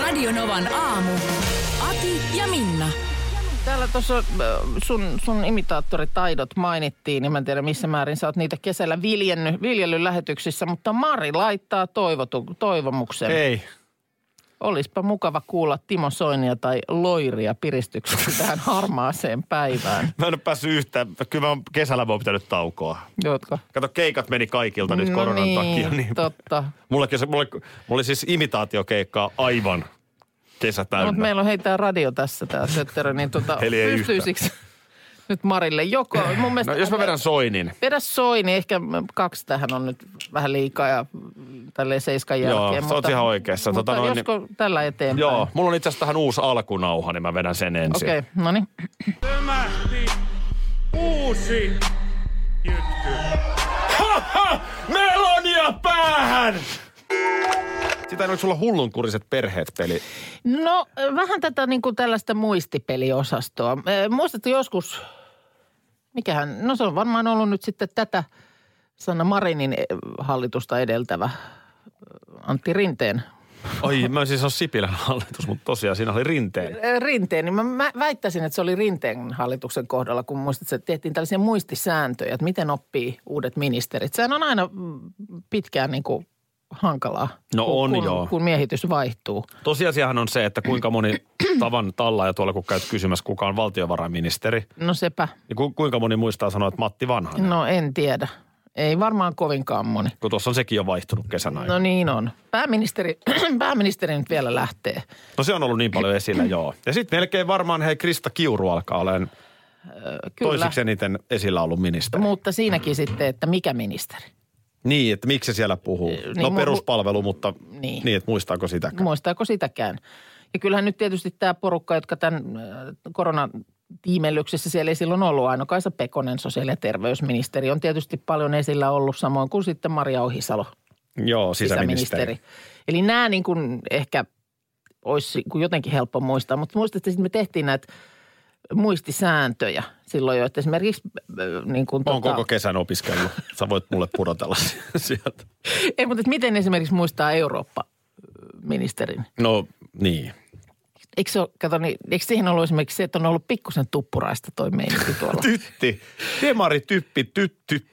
Radionovan aamu. Ati ja Minna. Täällä tuossa äh, sun, sun imitaattoritaidot mainittiin, niin mä en tiedä missä määrin sä oot niitä kesällä viljennyt, viljellyt lähetyksissä, mutta Mari laittaa toivotu, toivomuksen. Ei. Olispa mukava kuulla Timo Soinia tai Loiria piristyksestä tähän harmaaseen päivään. Mä en ole päässyt yhtään. Kyllä mä oon kesällä vaan pitänyt taukoa. Jotka? Kato, keikat meni kaikilta nyt koronan niin, takia. Niin totta. Mullakin se, mulla, oli- mulla oli siis imitaatiokeikkaa aivan kesä No, täynnä. mutta meillä on heitää radio tässä tää Sötterö, niin tota, Eli ei pystyisikö nyt Marille joko? Mun mielestä, No, jos mä vedän soinin. Vedä soi, niin ehkä kaksi tähän on nyt vähän liikaa ja tälleen seiskan Joo, jälkeen. sä oot ihan oikeassa. Mutta Tota noin, niin- josko tällä eteenpäin? Joo, mulla on itse asiassa tähän uusi alkunauha, niin mä vedän sen ensin. Okei, okay, no niin. tömähti uusi jytky. Melonia päähän! Sitä on sulla hullunkuriset perheet peli. No vähän tätä niin kuin tällaista muistipeliosastoa. Eh, Muistatko joskus, mikähän, no se on varmaan ollut nyt sitten tätä Sanna Marinin eh, hallitusta edeltävä Antti Rinteen Oi, mä en siis on Sipilän hallitus, mutta tosiaan siinä oli rinteen. Rinteen, niin mä- mä väittäisin, että se oli Rinteen hallituksen kohdalla, kun muistat, että tehtiin tällaisia muistisääntöjä, että miten oppii uudet ministerit. Sehän on aina mm, pitkään niin kuin hankalaa, No kun, on kun, joo. kun miehitys vaihtuu. Tosiasiahan on se, että kuinka moni tavan tallaaja tuolla, kun käyt kysymässä, kuka on valtiovarainministeri, No sepä, niin ku, kuinka moni muistaa sanoa, että Matti Vanhanen. no en tiedä. Ei varmaan kovinkaan moni. kun tuossa on sekin jo vaihtunut kesän aikana. No niin on. Pääministeri, pääministeri nyt vielä lähtee. No se on ollut niin paljon esillä, joo. Ja sitten melkein varmaan hei Krista Kiuru alkaa olemaan Ö, Kyllä, toisiksi eniten esillä ollut ministeri. mutta siinäkin sitten, että mikä ministeri. Niin, että miksi se siellä puhuu? Niin, no mu- peruspalvelu, mutta Niin. niin, niin että muistaako sitä? Muistaako sitäkään? Ja kyllähän nyt tietysti tämä porukka, jotka tämän äh, koronatiimellyksessä siellä ei silloin ollut, aina Kaisa Pekonen, sosiaali- ja terveysministeri, on tietysti paljon esillä ollut, samoin kuin sitten Maria Ohisalo, Joo, sisäministeri. sisäministeri. Eli nämä niin kuin ehkä olisi kun jotenkin helppo muistaa, mutta muistatte, että me tehtiin näitä muistisääntöjä silloin jo, että esimerkiksi äh, niin kuin Mä oon koko kesän opiskellut. Sä voit mulle pudotella si- sieltä. Ei, mutta että miten esimerkiksi muistaa äh, Eurooppa-ministerin? No niin. Eikö, se ole, kato, niin, eikö siihen ollut esimerkiksi se, että on ollut pikkusen tuppuraista toi meininki tuolla? Niin, Tytti. Demari, typpi, tytty.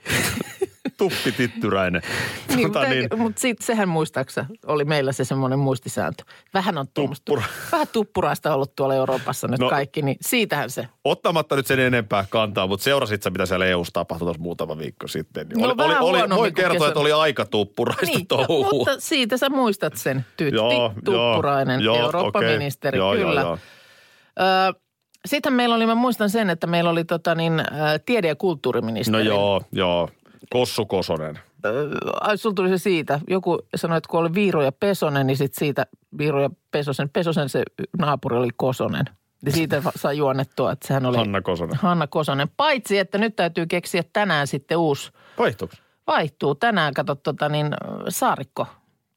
Tuppi, tittyräinen. niin, Tota mutta, niin. mutta sit, sehän muistaaksä oli meillä se semmoinen muistisääntö. Vähän on tuommoista- Tuppura- vähän tuppuraista ollut tuolla Euroopassa nyt no. No. kaikki, niin siitähän se. Ottamatta nyt sen enempää kantaa, mutta seurasit sä, mitä siellä EU-ssa tapahtui tuossa muutama viikko sitten. Niin No vähän huonommin voin kuin kertoa, kesällä. että oli aika tuppuraista Niin, touhua. mutta siitä sä muistat sen, tytti, Joo, tuppurainen, joo, joo, Eurooppa-ministeri, okei. Joo, kyllä. Joo, joo. Ö, sitten meillä oli, mä muistan sen, että meillä oli tota niin, ö, tiede- ja No kulttuuriministeri. joo, joo. Kossu Kosonen. Ai, sulla tuli se siitä. Joku sanoi, että kun oli Viiro ja Pesonen, niin sit siitä Viiro ja Pesosen, Pesosen se naapuri oli Kosonen. Ja siitä va- sai juonnettua, että sehän oli Hanna Kosonen. Hanna Kosonen. Paitsi, että nyt täytyy keksiä tänään sitten uusi. Vaihtuuko? Vaihtuu tänään, kato tota niin, äh, Saarikko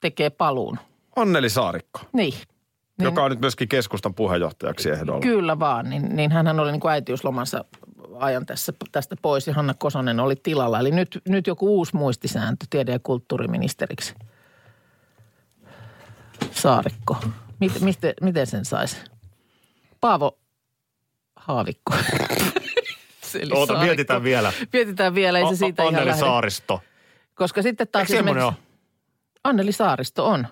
tekee paluun. Anneli Saarikko, Niin. niin. niin joka on nyt myöskin keskustan puheenjohtajaksi ehdolla. Kyllä vaan, niin, niin hänhän oli niin kuin äitiyslomansa ajan tässä, tästä pois ja Hanna Kosonen oli tilalla. Eli nyt, nyt joku uusi muistisääntö tiede- ja kulttuuriministeriksi. Saarikko. Mit, mistä, miten sen saisi? Paavo Haavikko. Se oli Oota, Saarikko. mietitään vielä. Mietitään vielä, ei se A- siitä A- ihan Anneli lähde. Saaristo. Koska sitten taas Eikö semmoinen ole? esimerkiksi- Anneli Saaristo on.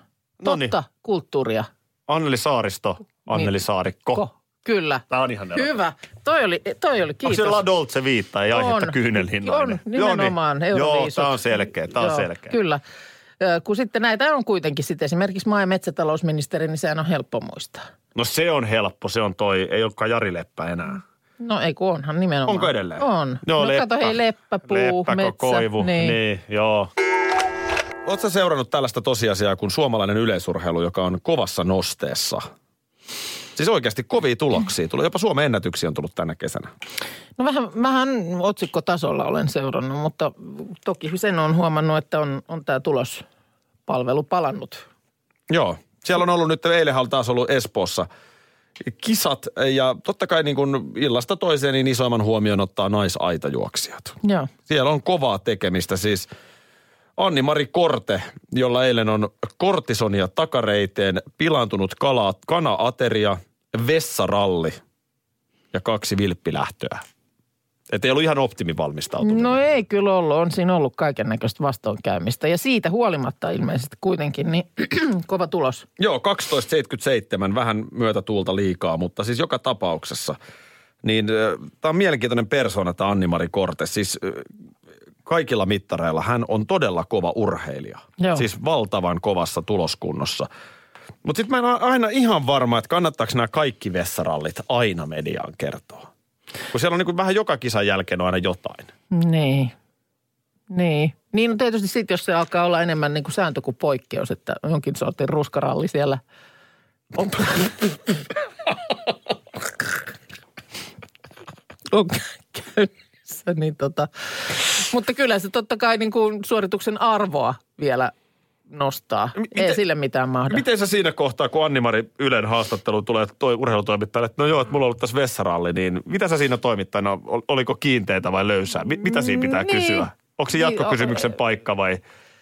Noniin. Totta, kulttuuria. Anneli Saaristo, Anneli Niin. Saarikko. Ko. Kyllä. Tämä on ihan erottava. Hyvä. Toi oli, toi oli Onko kiitos. se La Dolce Vita, ei aihetta On. kyynelhinnainen? On, nimenomaan. Joo, niin. Joo Euroviisut. tämä on selkeä, tämä on Joo, selkeä. Kyllä. Ö, Kun sitten näitä on kuitenkin sitten esimerkiksi maa- ja metsätalousministeri, niin sehän on helppo muistaa. No se on helppo, se on toi, ei olekaan Jari Leppä enää. No ei kun onhan nimenomaan. Onko edelleen? On. Joo, no kato, hei leppä, puu, Leppäkö, metsä. koivu, niin. niin, joo. Oletko seurannut tällaista tosiasiaa kuin suomalainen yleisurheilu, joka on kovassa nosteessa? Siis oikeasti kovia tuloksia. Tulee jopa Suomen ennätyksiä on tullut tänä kesänä. No vähän, vähän otsikkotasolla olen seurannut, mutta toki sen on huomannut, että on, on tämä tulospalvelu palannut. Joo. Siellä on ollut nyt, eilenhän taas ollut Espoossa kisat ja totta kai niin kuin illasta toiseen niin isoimman huomioon ottaa naisaitajuoksijat. Joo. Siellä on kovaa tekemistä siis. Anni-Mari Korte, jolla eilen on kortisonia takareiteen, pilantunut kala, kana-ateria, vessaralli ja kaksi vilppilähtöä. Et ei ollut ihan optimi valmistautunut. No ei kyllä ollut, on siinä ollut kaiken näköistä vastoinkäymistä ja siitä huolimatta ilmeisesti kuitenkin niin kova tulos. Joo, 12.77, vähän myötä tuulta liikaa, mutta siis joka tapauksessa. Niin tämä on mielenkiintoinen persoona tämä Anni-Mari Korte. Siis ö, kaikilla mittareilla hän on todella kova urheilija. Joo. Siis valtavan kovassa tuloskunnossa. Mutta sitten mä en ole aina ihan varma, että kannattaako nämä kaikki vessarallit aina mediaan kertoa. Kun siellä on niin vähän joka kisan jälkeen on aina jotain. Niin. Niin. Niin no tietysti sitten, jos se alkaa olla enemmän niin kuin sääntö kuin poikkeus, että jonkin sortin ruskaralli siellä. On... on käynnissä, niin tota. Mutta kyllä se totta kai niin kuin suorituksen arvoa vielä nostaa. M- Ei miten- sille mitään mahda. Miten sä siinä kohtaa, kun Anni-Mari Ylen haastattelu tulee toi urheilutoimittajalle, että no joo, että mulla on ollut tässä vessaralli, niin mitä sä siinä toimittajana, ol- oliko kiinteitä vai löysää? Mi- mitä siinä pitää Niin. kysyä? Onko se Niin, jatkokysymyksen o- paikka vai,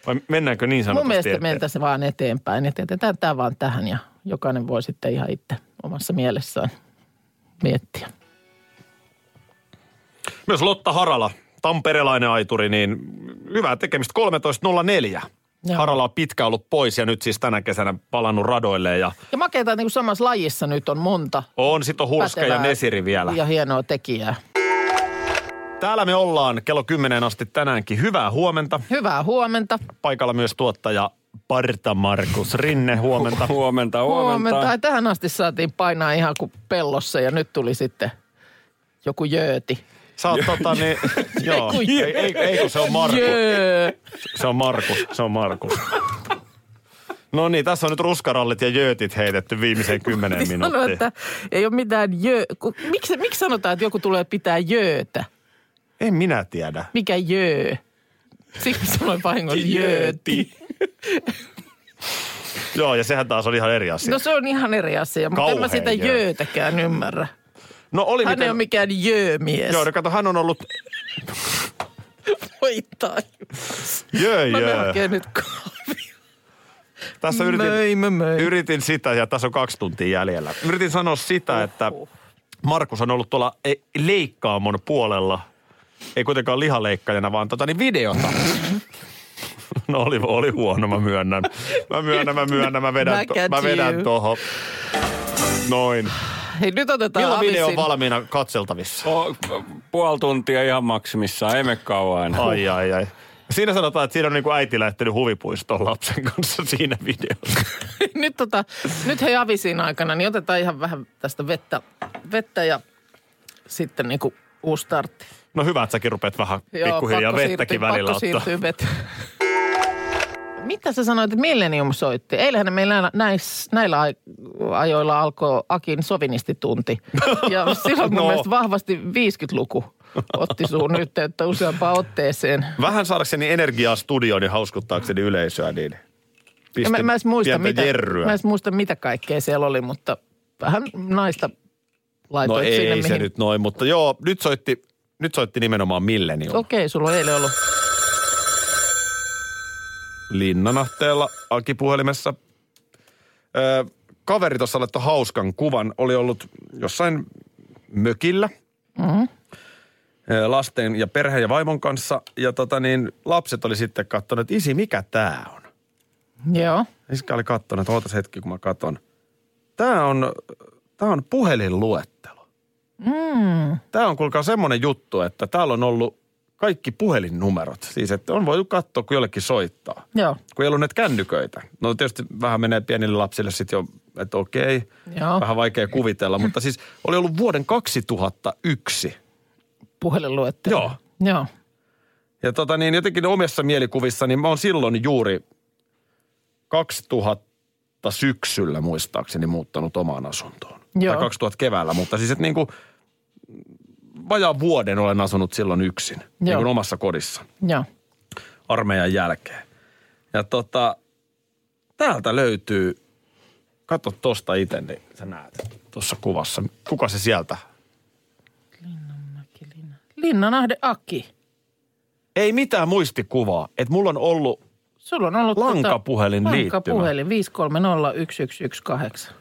vai mennäänkö niin sanotusti Mun mielestä eteenpäin? mentäisiin vaan eteenpäin, että jätetään tämä vaan tähän ja jokainen voi sitten ihan itse omassa mielessään miettiä. Myös Lotta Harala, tamperelainen aituri, niin hyvää tekemistä 13.04. Joo. Harala on pitkä ollut pois ja nyt siis tänä kesänä palannut radoilleen ja Ja makeita, että niin kuin samassa lajissa nyt on monta on sitten Hurska ja pätevää Nesiri vielä. Ja hienoa tekijää. Täällä me ollaan kello 10 asti tänäänkin. Hyvää huomenta. Hyvää huomenta. paikalla myös tuottaja Parta Markus Rinne, huomenta. Huomenta, huomenta. Ai, tähän asti saatiin painaa ihan kuin pellossa ja nyt tuli sitten joku jööti. Sä oot tota niin, joo, Ei, kun- ei, ei, ei kun se on Markus. Jöö. Se on Markus, se on Markus. No niin, tässä on nyt ruskarallit ja jöötit heitetty viimeiseen kymmeneen Piti sanoa, minuuttiin. että ei ole mitään jö... kun- Miksi, miksi sanotaan, että joku tulee pitää jöötä? En minä tiedä. Mikä jöö? Siksi sanoin vahingossa jööti. Joo, ja sehän taas on ihan eri asia. No se on ihan eri asia, mutta en mä Kauhea sitä jöö. jöötäkään ymmärrä. No oli Hän ei miten... ole mikään jöömies. Joo, no kato, hän on ollut Voi taivas. jöö Mä ne jöö. hakee nyt kahvia. Tässä yritin, Möi, mä möi. yritin sitä ja tässä on kaksi tuntia jäljellä. Yritin sanoa Uhuh. sitä, että Markus on ollut tuolla e, leikkaamon puolella. Ei kuitenkaan lihaleikkaajana, vaan tota niin videota. No oli, oli huono, mä myönnän. Mä myönnän, mä myönnän, mä vedän, Back to, at mä vedän you. tohon. Noin. Hei, nyt otetaan Milloin video on avisin. valmiina katseltavissa? O, puoli tuntia ihan maksimissaan, ei me kauan. Ai, ai, ai. Siinä sanotaan, että siinä on niin kuin äiti lähtenyt huvipuistoon lapsen kanssa siinä videossa. nyt, tota, nyt hei avisiin aikana, niin otetaan ihan vähän tästä vettä, vettä ja sitten niinku uusi startti. No hyvä, että säkin rupeat vähän pikkuhiljaa pakko vettäkin siirtyä- välillä pakko ottaa. siirtyä vettä. Mitä sä sanoit, että Millennium soitti? Eilähän meillä näis, näillä ai- ajoilla alkoi Akin sovinistitunti. Ja silloin mun No. mielestä vahvasti 50-luku otti suun yhteyttä useampaan otteeseen. Vähän saadakseni energiaa studioon ja hauskuttaakseni yleisöä, niin Ja mä, mä, en edes muista, pientä mitä, jerryä. mä en edes muista, mitä kaikkea siellä oli, mutta vähän naista no laitoit ei sinne, se mihin... nyt noin, mutta joo, nyt soitti, nyt soitti nimenomaan niin Millennium. Okay. Okei, sulla on eilen ollut. Linnanahteella Aki puhelimessa. Öö, kaveri tuossa laittoi hauskan kuvan. Oli ollut jossain mökillä Mm-hmm. öö, lasten ja perheen ja vaimon kanssa. Ja tota niin, lapset oli sitten katsonut, että isi, mikä tää on? Joo. Iskä oli kattonut, että ootas hetki, kun mä katon. Tää on, tää on puhelinluettelo. Mm. Tää on kuulkaa semmoinen juttu, että täällä on ollut kaikki puhelinnumerot. Siis, että on voinut katsoa, kun jollekin soittaa. Joo. Kun ei ollut näitä kännyköitä. No tietysti vähän menee pienille lapsille sitten jo, että okei. Joo. Vähän vaikea kuvitella, mutta siis oli ollut vuoden 2001. Puhelinluettelo. Joo. Joo. Ja tota niin, jotenkin omissa mielikuvissa, niin mä oon silloin juuri 2000 syksyllä muistaakseni muuttanut omaan asuntoon. Joo. Tai 2000 keväällä, mutta siis että niin kuin vajaan vuoden olen asunut silloin yksin. Niin Joo. kuin omassa kodissa Joo. armeijan jälkeen. Ja tota, täältä löytyy, katso tosta itse, niin sä näet tuossa kuvassa. Kuka se sieltä? Linnanahde Aki. Ei mitään muistikuvaa, että mulla on ollut, Sulla on ollut Lankapuhelin tota, liittymä. Lankapuhelin 5301118.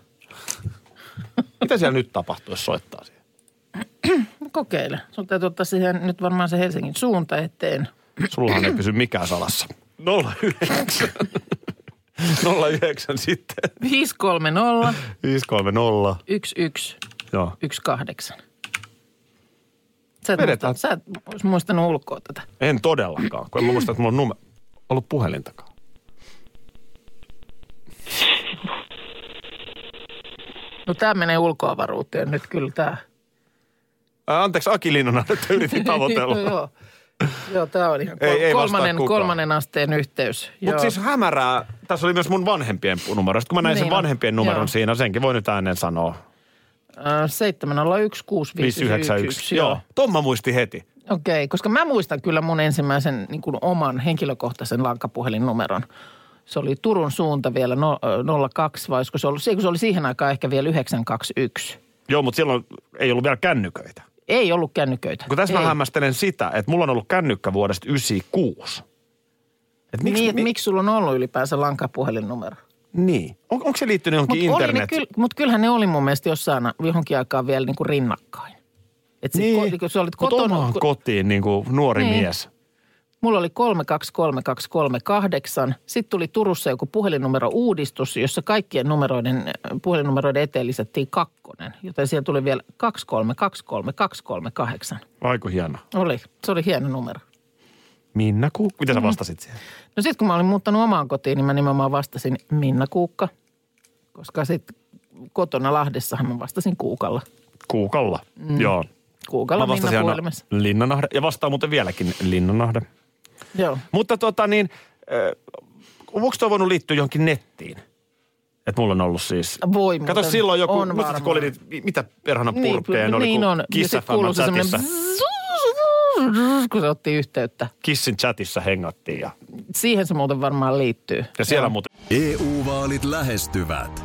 mitä siellä nyt tapahtuu, jos soittaa siihen? No Kokeile. Sun täytyy ottaa siihen nyt varmaan se Helsingin suunta eteen. Sullahan ei pysy mikään salassa. 09. 09 sitten. 530 530. 1118. Joo. Sä et, Vedetään. muista, sä et ois muistanut ulkoa tätä. En todellakaan, kun en mä muista, että mulla on numero. Ollut puhelintakaan. No tää menee ulkoavaruuteen nyt kyllä tää. Ää, Anteeksi, Aki Linnanen, että yritin tavoitella. Joo. Joo, tää on ihan Ei- ei vastaa kolmannen, kukaan. kolmannen asteen yhteys. Joo. Mutta siis hämärää, tässä oli myös mun vanhempien pu- numero. Sitten kun mä näin Niin sen on. vanhempien numeron Joo. siinä, senkin voi nyt ääneen Ö, sanoa. 591. 701651. Joo. Tomma muisti heti. Okei, koska mä muistan kyllä mun ensimmäisen niin kuin oman henkilökohtaisen lankapuhelinnumeron. Se oli Turun suunta vielä no, ö, 02 vai olisiko se ollut, se- kun se oli siihen aikaan ehkä vielä 921. Joo, mutta silloin ei ollut vielä kännyköitä. Ei ollut kännyköitä. Kun tässä mä Ei. hämmästelen sitä, että mulla on ollut kännykkä vuodesta 96. Et Miksi, miksi, niin, mi, että miksi sulla on ollut ylipäänsä lankapuhelinnumero? niin. On, onko se liittynyt Mut johonkin oli ne internet? kyll, mut kyllähän ne oli mun mielestä jossain johonkin aikaan vielä niin kuin rinnakkain. Et niin. niin. Kun, kun sä olit Mut kotona, omaan kun, kotiin niin kuin nuori Niin. mies. Mulla oli 323238. Sitten tuli Turussa joku puhelinnumero uudistus, jossa kaikkien numeroiden, puhelinnumeroiden eteen lisättiin kakkonen. Joten siellä tuli vielä 2323238. Aiku hieno. Oli. Se oli hieno numero. Minna Ku... Mitä Mm. sä vastasit siihen? No sitten kun mä olin muuttanut omaan kotiin, niin mä nimenomaan vastasin Minna Kuukka. Koska sitten kotona Lahdessahan mä vastasin Kuukalla. Kuukalla. Mm. Joo. Kuukalla Minna puhelimessa. Linnanahde. Ja vastaa muuten vieläkin Linnanahde. Joo. Mutta tota niin, äh, onko toi voinut liittyä johonkin nettiin? Että mulla on ollut siis... Voi Kato muuten. silloin joku, On muistatko, varmaan. kun oli niitä, mi- mitä perhana purkkeen, niin, oli niin kun on. Ja Kiss sit FM kuului se chatissa, semmoinen bzzz, kun se otti yhteyttä. Kissin chatissa hengattiin ja, Siihen se muuten varmaan liittyy. ja siellä muuten EU-vaalit E lähestyvät.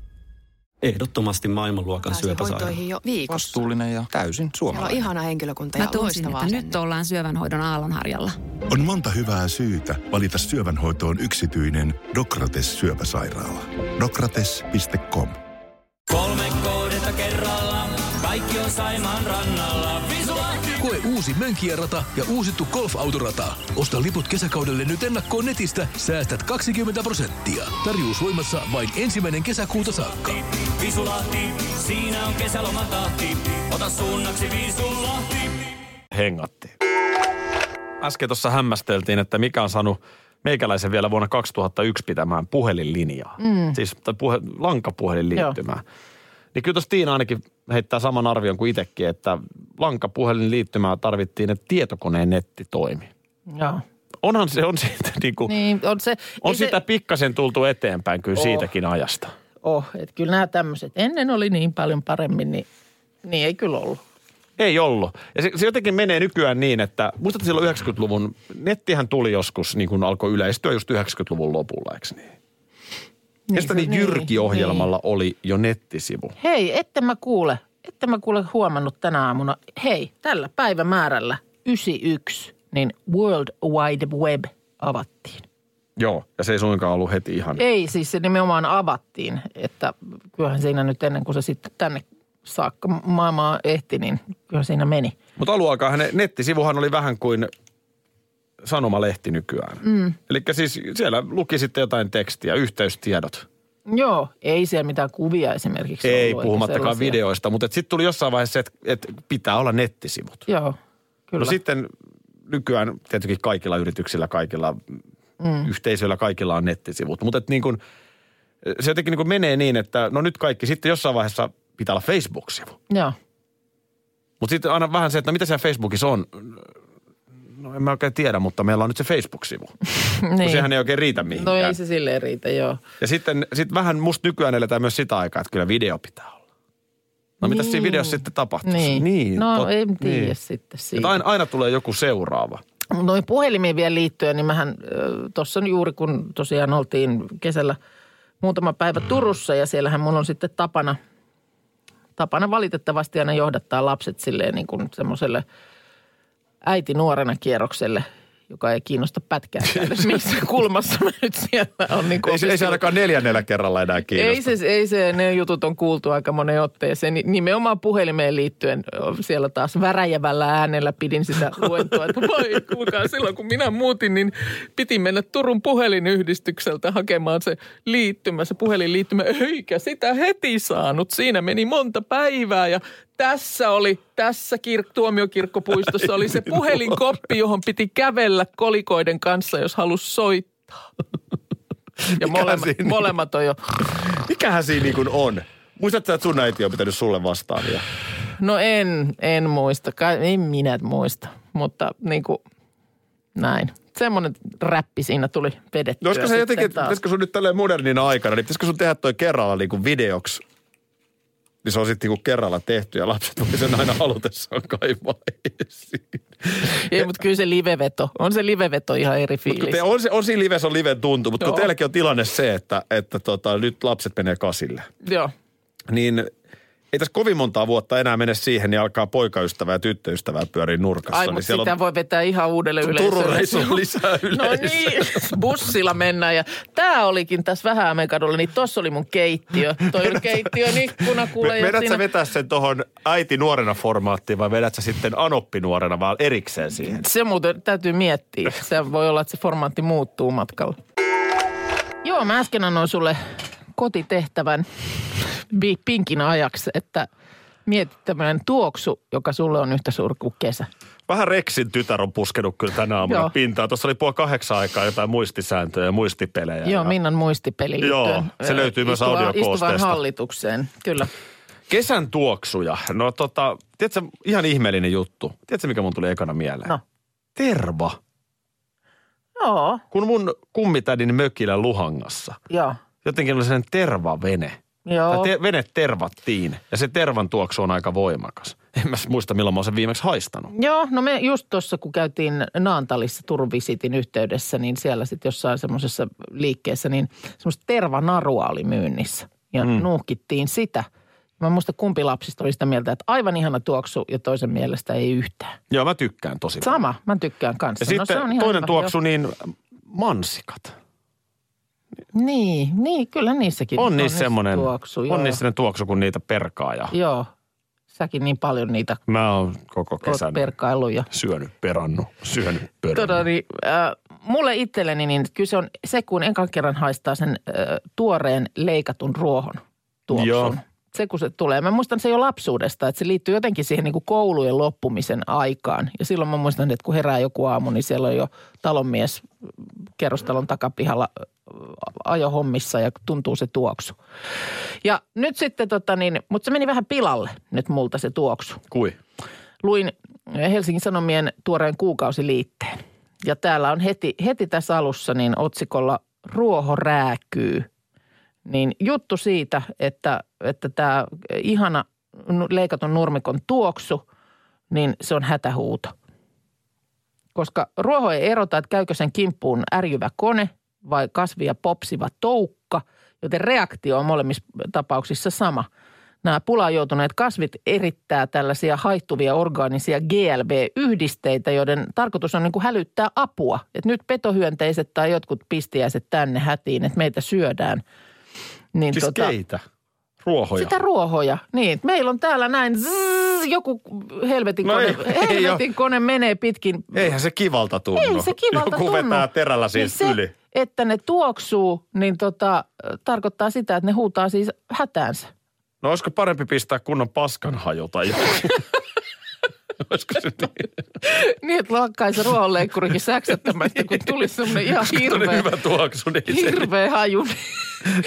Ehdottomasti maailmanluokan pääsee syöpäsairaala. hoitoihin jo viikossa. vastuullinen ja täysin Siellä on suomalainen. ihana henkilökunta ja Mä tunsin, loistavaa että nyt asennetta. ollaan syövänhoidon aallonharjalla. On monta hyvää syytä valita syövänhoitoon yksityinen Dokrates syöpäsairaala. Dokrates.com Koe uusi Mönkijärata ja uusittu golfautorata. Osta liput kesäkaudelle nyt ennakkoon netistä, säästät 20 prosenttia. Tarjous voimassa vain ensimmäinen kesäkuuta saakka. hengattiin. Äsken tuossa hämmästeltiin, että mikä on saanut meikäläisen vielä vuonna 2001 pitämään puhelinlinjaa. Mm. Siis tai puhe, lankapuhelinliittymää. Niin kyllä tuossa Tiina ainakin heittää saman arvion kuin itsekin, että lankapuhelinliittymää tarvittiin, että tietokoneen netti toimi. Joo. Onhan se, on siitä niin kuin, niin, Niin, on se... on ei sitä Se, pikkasen tultu eteenpäin kyllä Oh. siitäkin ajasta. oh, että kyllä nämä tämmöiset. Ennen oli niin paljon paremmin, niin, niin ei kyllä ollut. Ei ollut. Ja se, se jotenkin menee nykyään niin, että muistatko silloin 90-luvun, nettihän tuli joskus, niin kun alkoi yleistyä just 90-luvun lopulla, eikö niin? niin ja sitä niin Jyrki-ohjelmalla niin. oli jo nettisivu. Hei, ette mä kuule, ette mä kuule huomannut tänä aamuna. Hei, tällä päivämäärällä 91, niin World Wide Web avattiin. Joo, ja se ei suinkaan ollut heti ihan. Ei, siis se nimenomaan avattiin, että kyllähän siinä nyt ennen kuin se sitten tänne saakka maailmaa ehti, niin kyllä siinä meni. Mutta alun aikaan hänen nettisivuhan oli vähän kuin sanomalehti nykyään. Mm. Eli siis siellä luki sitten jotain tekstiä, yhteystiedot. Joo, ei siellä mitään kuvia esimerkiksi Ei ollut, eikä puhumattakaan sellaisia. videoista, mutta sitten tuli jossain vaiheessa, että et pitää olla nettisivut. Joo, kyllä. No sitten nykyään tietenkin kaikilla yrityksillä, kaikilla mm. yhteisöillä, kaikilla on nettisivut. Mutta niin kun, se jotenkin niin kun menee niin, että no nyt kaikki, sitten jossain vaiheessa pitää olla Facebook-sivu. Joo. Mutta sitten aina vähän se, että no mitä siellä Facebookissa on? No en mä oikein tiedä, mutta meillä on nyt se Facebook-sivu. niin. Niin. Sehän ei oikein riitä No mihinkään. ei se silleen riitä, joo. Ja sitten sit vähän musta nykyään eletään myös sitä aikaa, että kyllä video pitää olla. No mitä siinä Niin. videossa sitten tapahtuu? Niin. no tot- en tiedä niin. sitten siitä. Että aina, aina tulee joku seuraava. Noin puhelimiin vielä liittyen, niin mähän tuossa juuri kun tosiaan oltiin kesällä muutama päivä Turussa ja siellähän mulla on sitten tapana, tapana valitettavasti aina johdattaa lapset silleen niin kuin semmoiselle äiti nuorena kierrokselle, joka ei kiinnosta pätkääkään, edes missä kulmassa mä nyt siellä on. Niin Ei, se- ei se opiskellut. ainakaan neljännellä kerralla enää kiinnosta. Ei se, ei se, ne jutut on kuultu aika monen otteeseen. Ni- Nimenomaan puhelimeen liittyen ö, siellä taas väräjävällä äänellä pidin sitä luentoa, että voi kuulkaa, silloin kun minä muutin, niin piti mennä Turun puhelinyhdistykseltä hakemaan se liittymä, se puhelinliittymä, eikä sitä heti saanut. Siinä meni monta päivää ja tässä oli, tässä kir- tuomiokirkkopuistossa oli se puhelinkoppi, johon piti kävellä kolikoiden kanssa, jos halusi soittaa. Ja Mikä molemmat, siinä- molemmat on jo Mikähän siinä niin kuin on? Muistatko, sä, että sun äiti on pitänyt sulle vastaavia? No en, en muista. Kai, en minä muista, mutta niin kuin, näin. Semmoinen räppi siinä tuli vedettyä. No olisiko se sitten jotenkin, että taas. pitäisikö sun nyt tälleen modernina aikana, niin pitäisikö sun tehdä toi kerralla niin kuin videoksi? Niin se on sitten niin kuin kerralla tehty ja lapset voi sen aina halutessaan kaivaa esiin. Ei, mutta kyllä se liveveto. On se liveveto ihan eri Kun fiilis. te, on, se, on siinä lives on liven tuntu, mutta kun Joo. teilläkin on tilanne se, että, että tota, nyt lapset menee kasille. Joo. Niin ei tässä kovin montaa vuotta enää mene siihen, niin alkaa poikaystävää ja tyttöystävää pyöriä nurkassa. Ai, niin mutta siellä sitä on voi vetää ihan uudelle Turun yleisölle. reissu on lisää yleisöä. No niin, bussilla mennään ja tää olikin tässä vähän kadulla, niin tossa oli mun keittiö. Toi oli keittiön ikkuna kuule. ja Vedät siinä- sä vetää sen tuohon äiti nuorena formaattiin vai vedät sä sitten anoppi nuorena vaan erikseen siihen? Se muuten täytyy miettiä. Se voi olla, että se formaatti muuttuu matkalla. Joo, mä äsken annoin sulle kotitehtävän bi- pinkin ajaksi, että mietit tämmöinen tuoksu, joka sulle on yhtä suuri kuin kesä. Vähän Rexin tytär on puskenut kyllä tänä aamuna Joo. pintaan. Tuossa oli puoli kahdeksan aikaa jotain muistisääntöjä ja muistipelejä. Joo, Ja Minnan muistipeli Joo, liittyen, se ö, löytyy myös istuvaan- audiokoosteesta. Istuvaan hallitukseen, kyllä. Kesän tuoksuja. No tota, tiedätkö, ihan ihmeellinen juttu. Tiedätkö, mikä mun tuli ekana mieleen? No. Terva. Joo, Kun mun kummitädin mökillä Luhangassa, joo, jotenkin oli sellainen tervavene. joo. Tai te- vene tervattiin ja se tervan tuoksu on aika voimakas. En mä muista, milloin mä oon sen viimeksi haistanut. Joo, no me just tuossa kun käytiin Naantalissa Turun visitin yhteydessä, niin siellä sitten jossain semmoisessa liikkeessä, niin semmoista tervanarua oli myynnissä. Ja mm. nuuhkittiin sitä. Mä en muista kumpi lapsista oli sitä mieltä, että aivan ihana tuoksu ja toisen mielestä ei yhtään. Joo, mä tykkään tosi paljon. Sama, mä tykkään kanssa. Ja sitten no se on ihan toinen hyvä, tuoksu, niin mansikat. Joo. Niin, niin, kyllä niissäkin. On niissä semmoinen, Tuoksu, joo. on niissä semmoinen tuoksu, kun niitä perkaa ja Joo, säkin niin paljon niitä mä oon koko kesän oot perkaillut ja syönyt, perannut, syönyt, perannut. Tota, niin, äh, mulle itselleni niin kyllä se on se, kun enkan kerran haistaa sen äh, tuoreen leikatun ruohon tuoksun. Joo. Se, kun se tulee. Mä muistan se jo lapsuudesta, että se liittyy jotenkin siihen niin kuin koulujen loppumisen aikaan. Ja silloin mä muistan, että kun herää joku aamu, niin siellä on jo talonmies äh, kerrostalon takapihalla äh, ajohommissa ja tuntuu se tuoksu. Ja nyt sitten tota niin, mutta se meni vähän pilalle nyt multa se tuoksu Kui? luin Helsingin Sanomien tuoreen kuukausiliitteen. Ja täällä on heti, heti tässä alussa niin otsikolla Ruoho rääkyy. Niin juttu siitä, että, että tämä ihana nu- leikatun nurmikon tuoksu, niin se on hätähuuto. Koska ruoho ei erota, että käykö sen kimppuun ärjyvä kone vai kasvia popsiva toukka, joten reaktio on molemmissa tapauksissa sama – nämä pulaan joutuneet kasvit erittää tällaisia haihtuvia orgaanisia GLB-yhdisteitä, joiden tarkoitus on niin kuin hälyttää apua. Että nyt petohyönteiset tai jotkut pistiäiset tänne hätiin, että meitä syödään. Niin Siis keitä? Ruohoja. Sitä ruohoja. Niin, meillä on täällä näin zzz, se joku helvetin, No no kone, ei- ei ei, helvetin oo. kone menee pitkin. Eihän se kivalta tunnu. Ei se kivalta Joku tunnu. vetää terällä siis niin yli. Se, että ne tuoksuu, niin tota, äh, tarkoittaa sitä, että ne huutaa siis hätäänsä. No olisiko parempi pistää kunnon paskan haju tai jokin? olisiko se niin? Niin, että lakkaisi ruohonleikkurikin säksättämästä, kun tulisi semmoinen ihan Tuonne hirveä, hyvä tuoksu, niin se- hirveä haju.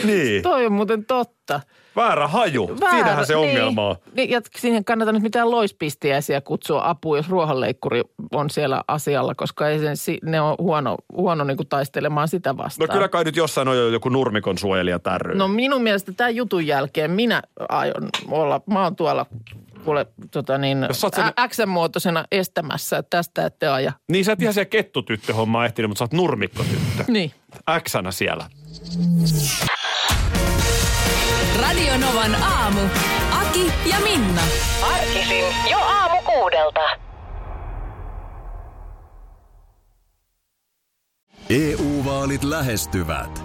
Niin. Toi on muuten totta. Väärä haju. Väärä, Siinähän se ongelma on. No Niin, niin, ja siihen kannata nyt mitään loispistiäisiä kutsua apua, jos ruohonleikkuri on siellä asialla, koska ei sen, si- ne on huono, huono niin kuin taistelemaan sitä No vastaan. kyllä kai nyt jossain on jo joku nurmikon suojelija tärry. No minun mielestä tämän jutun jälkeen minä aion olla, mä oon tuolla kuule, tota niin, Jos sä oot sen- ä- X-muotoisena estämässä, että tästä ette aja. Niin sä et ihan se kettutyttöhomma ehtinyt, mutta sä oot nurmikkotyttö. Niin. Xänä siellä. Radio Novan aamu. Aki ja Minna. Arkisin jo aamu kuudelta. EU-vaalit E lähestyvät.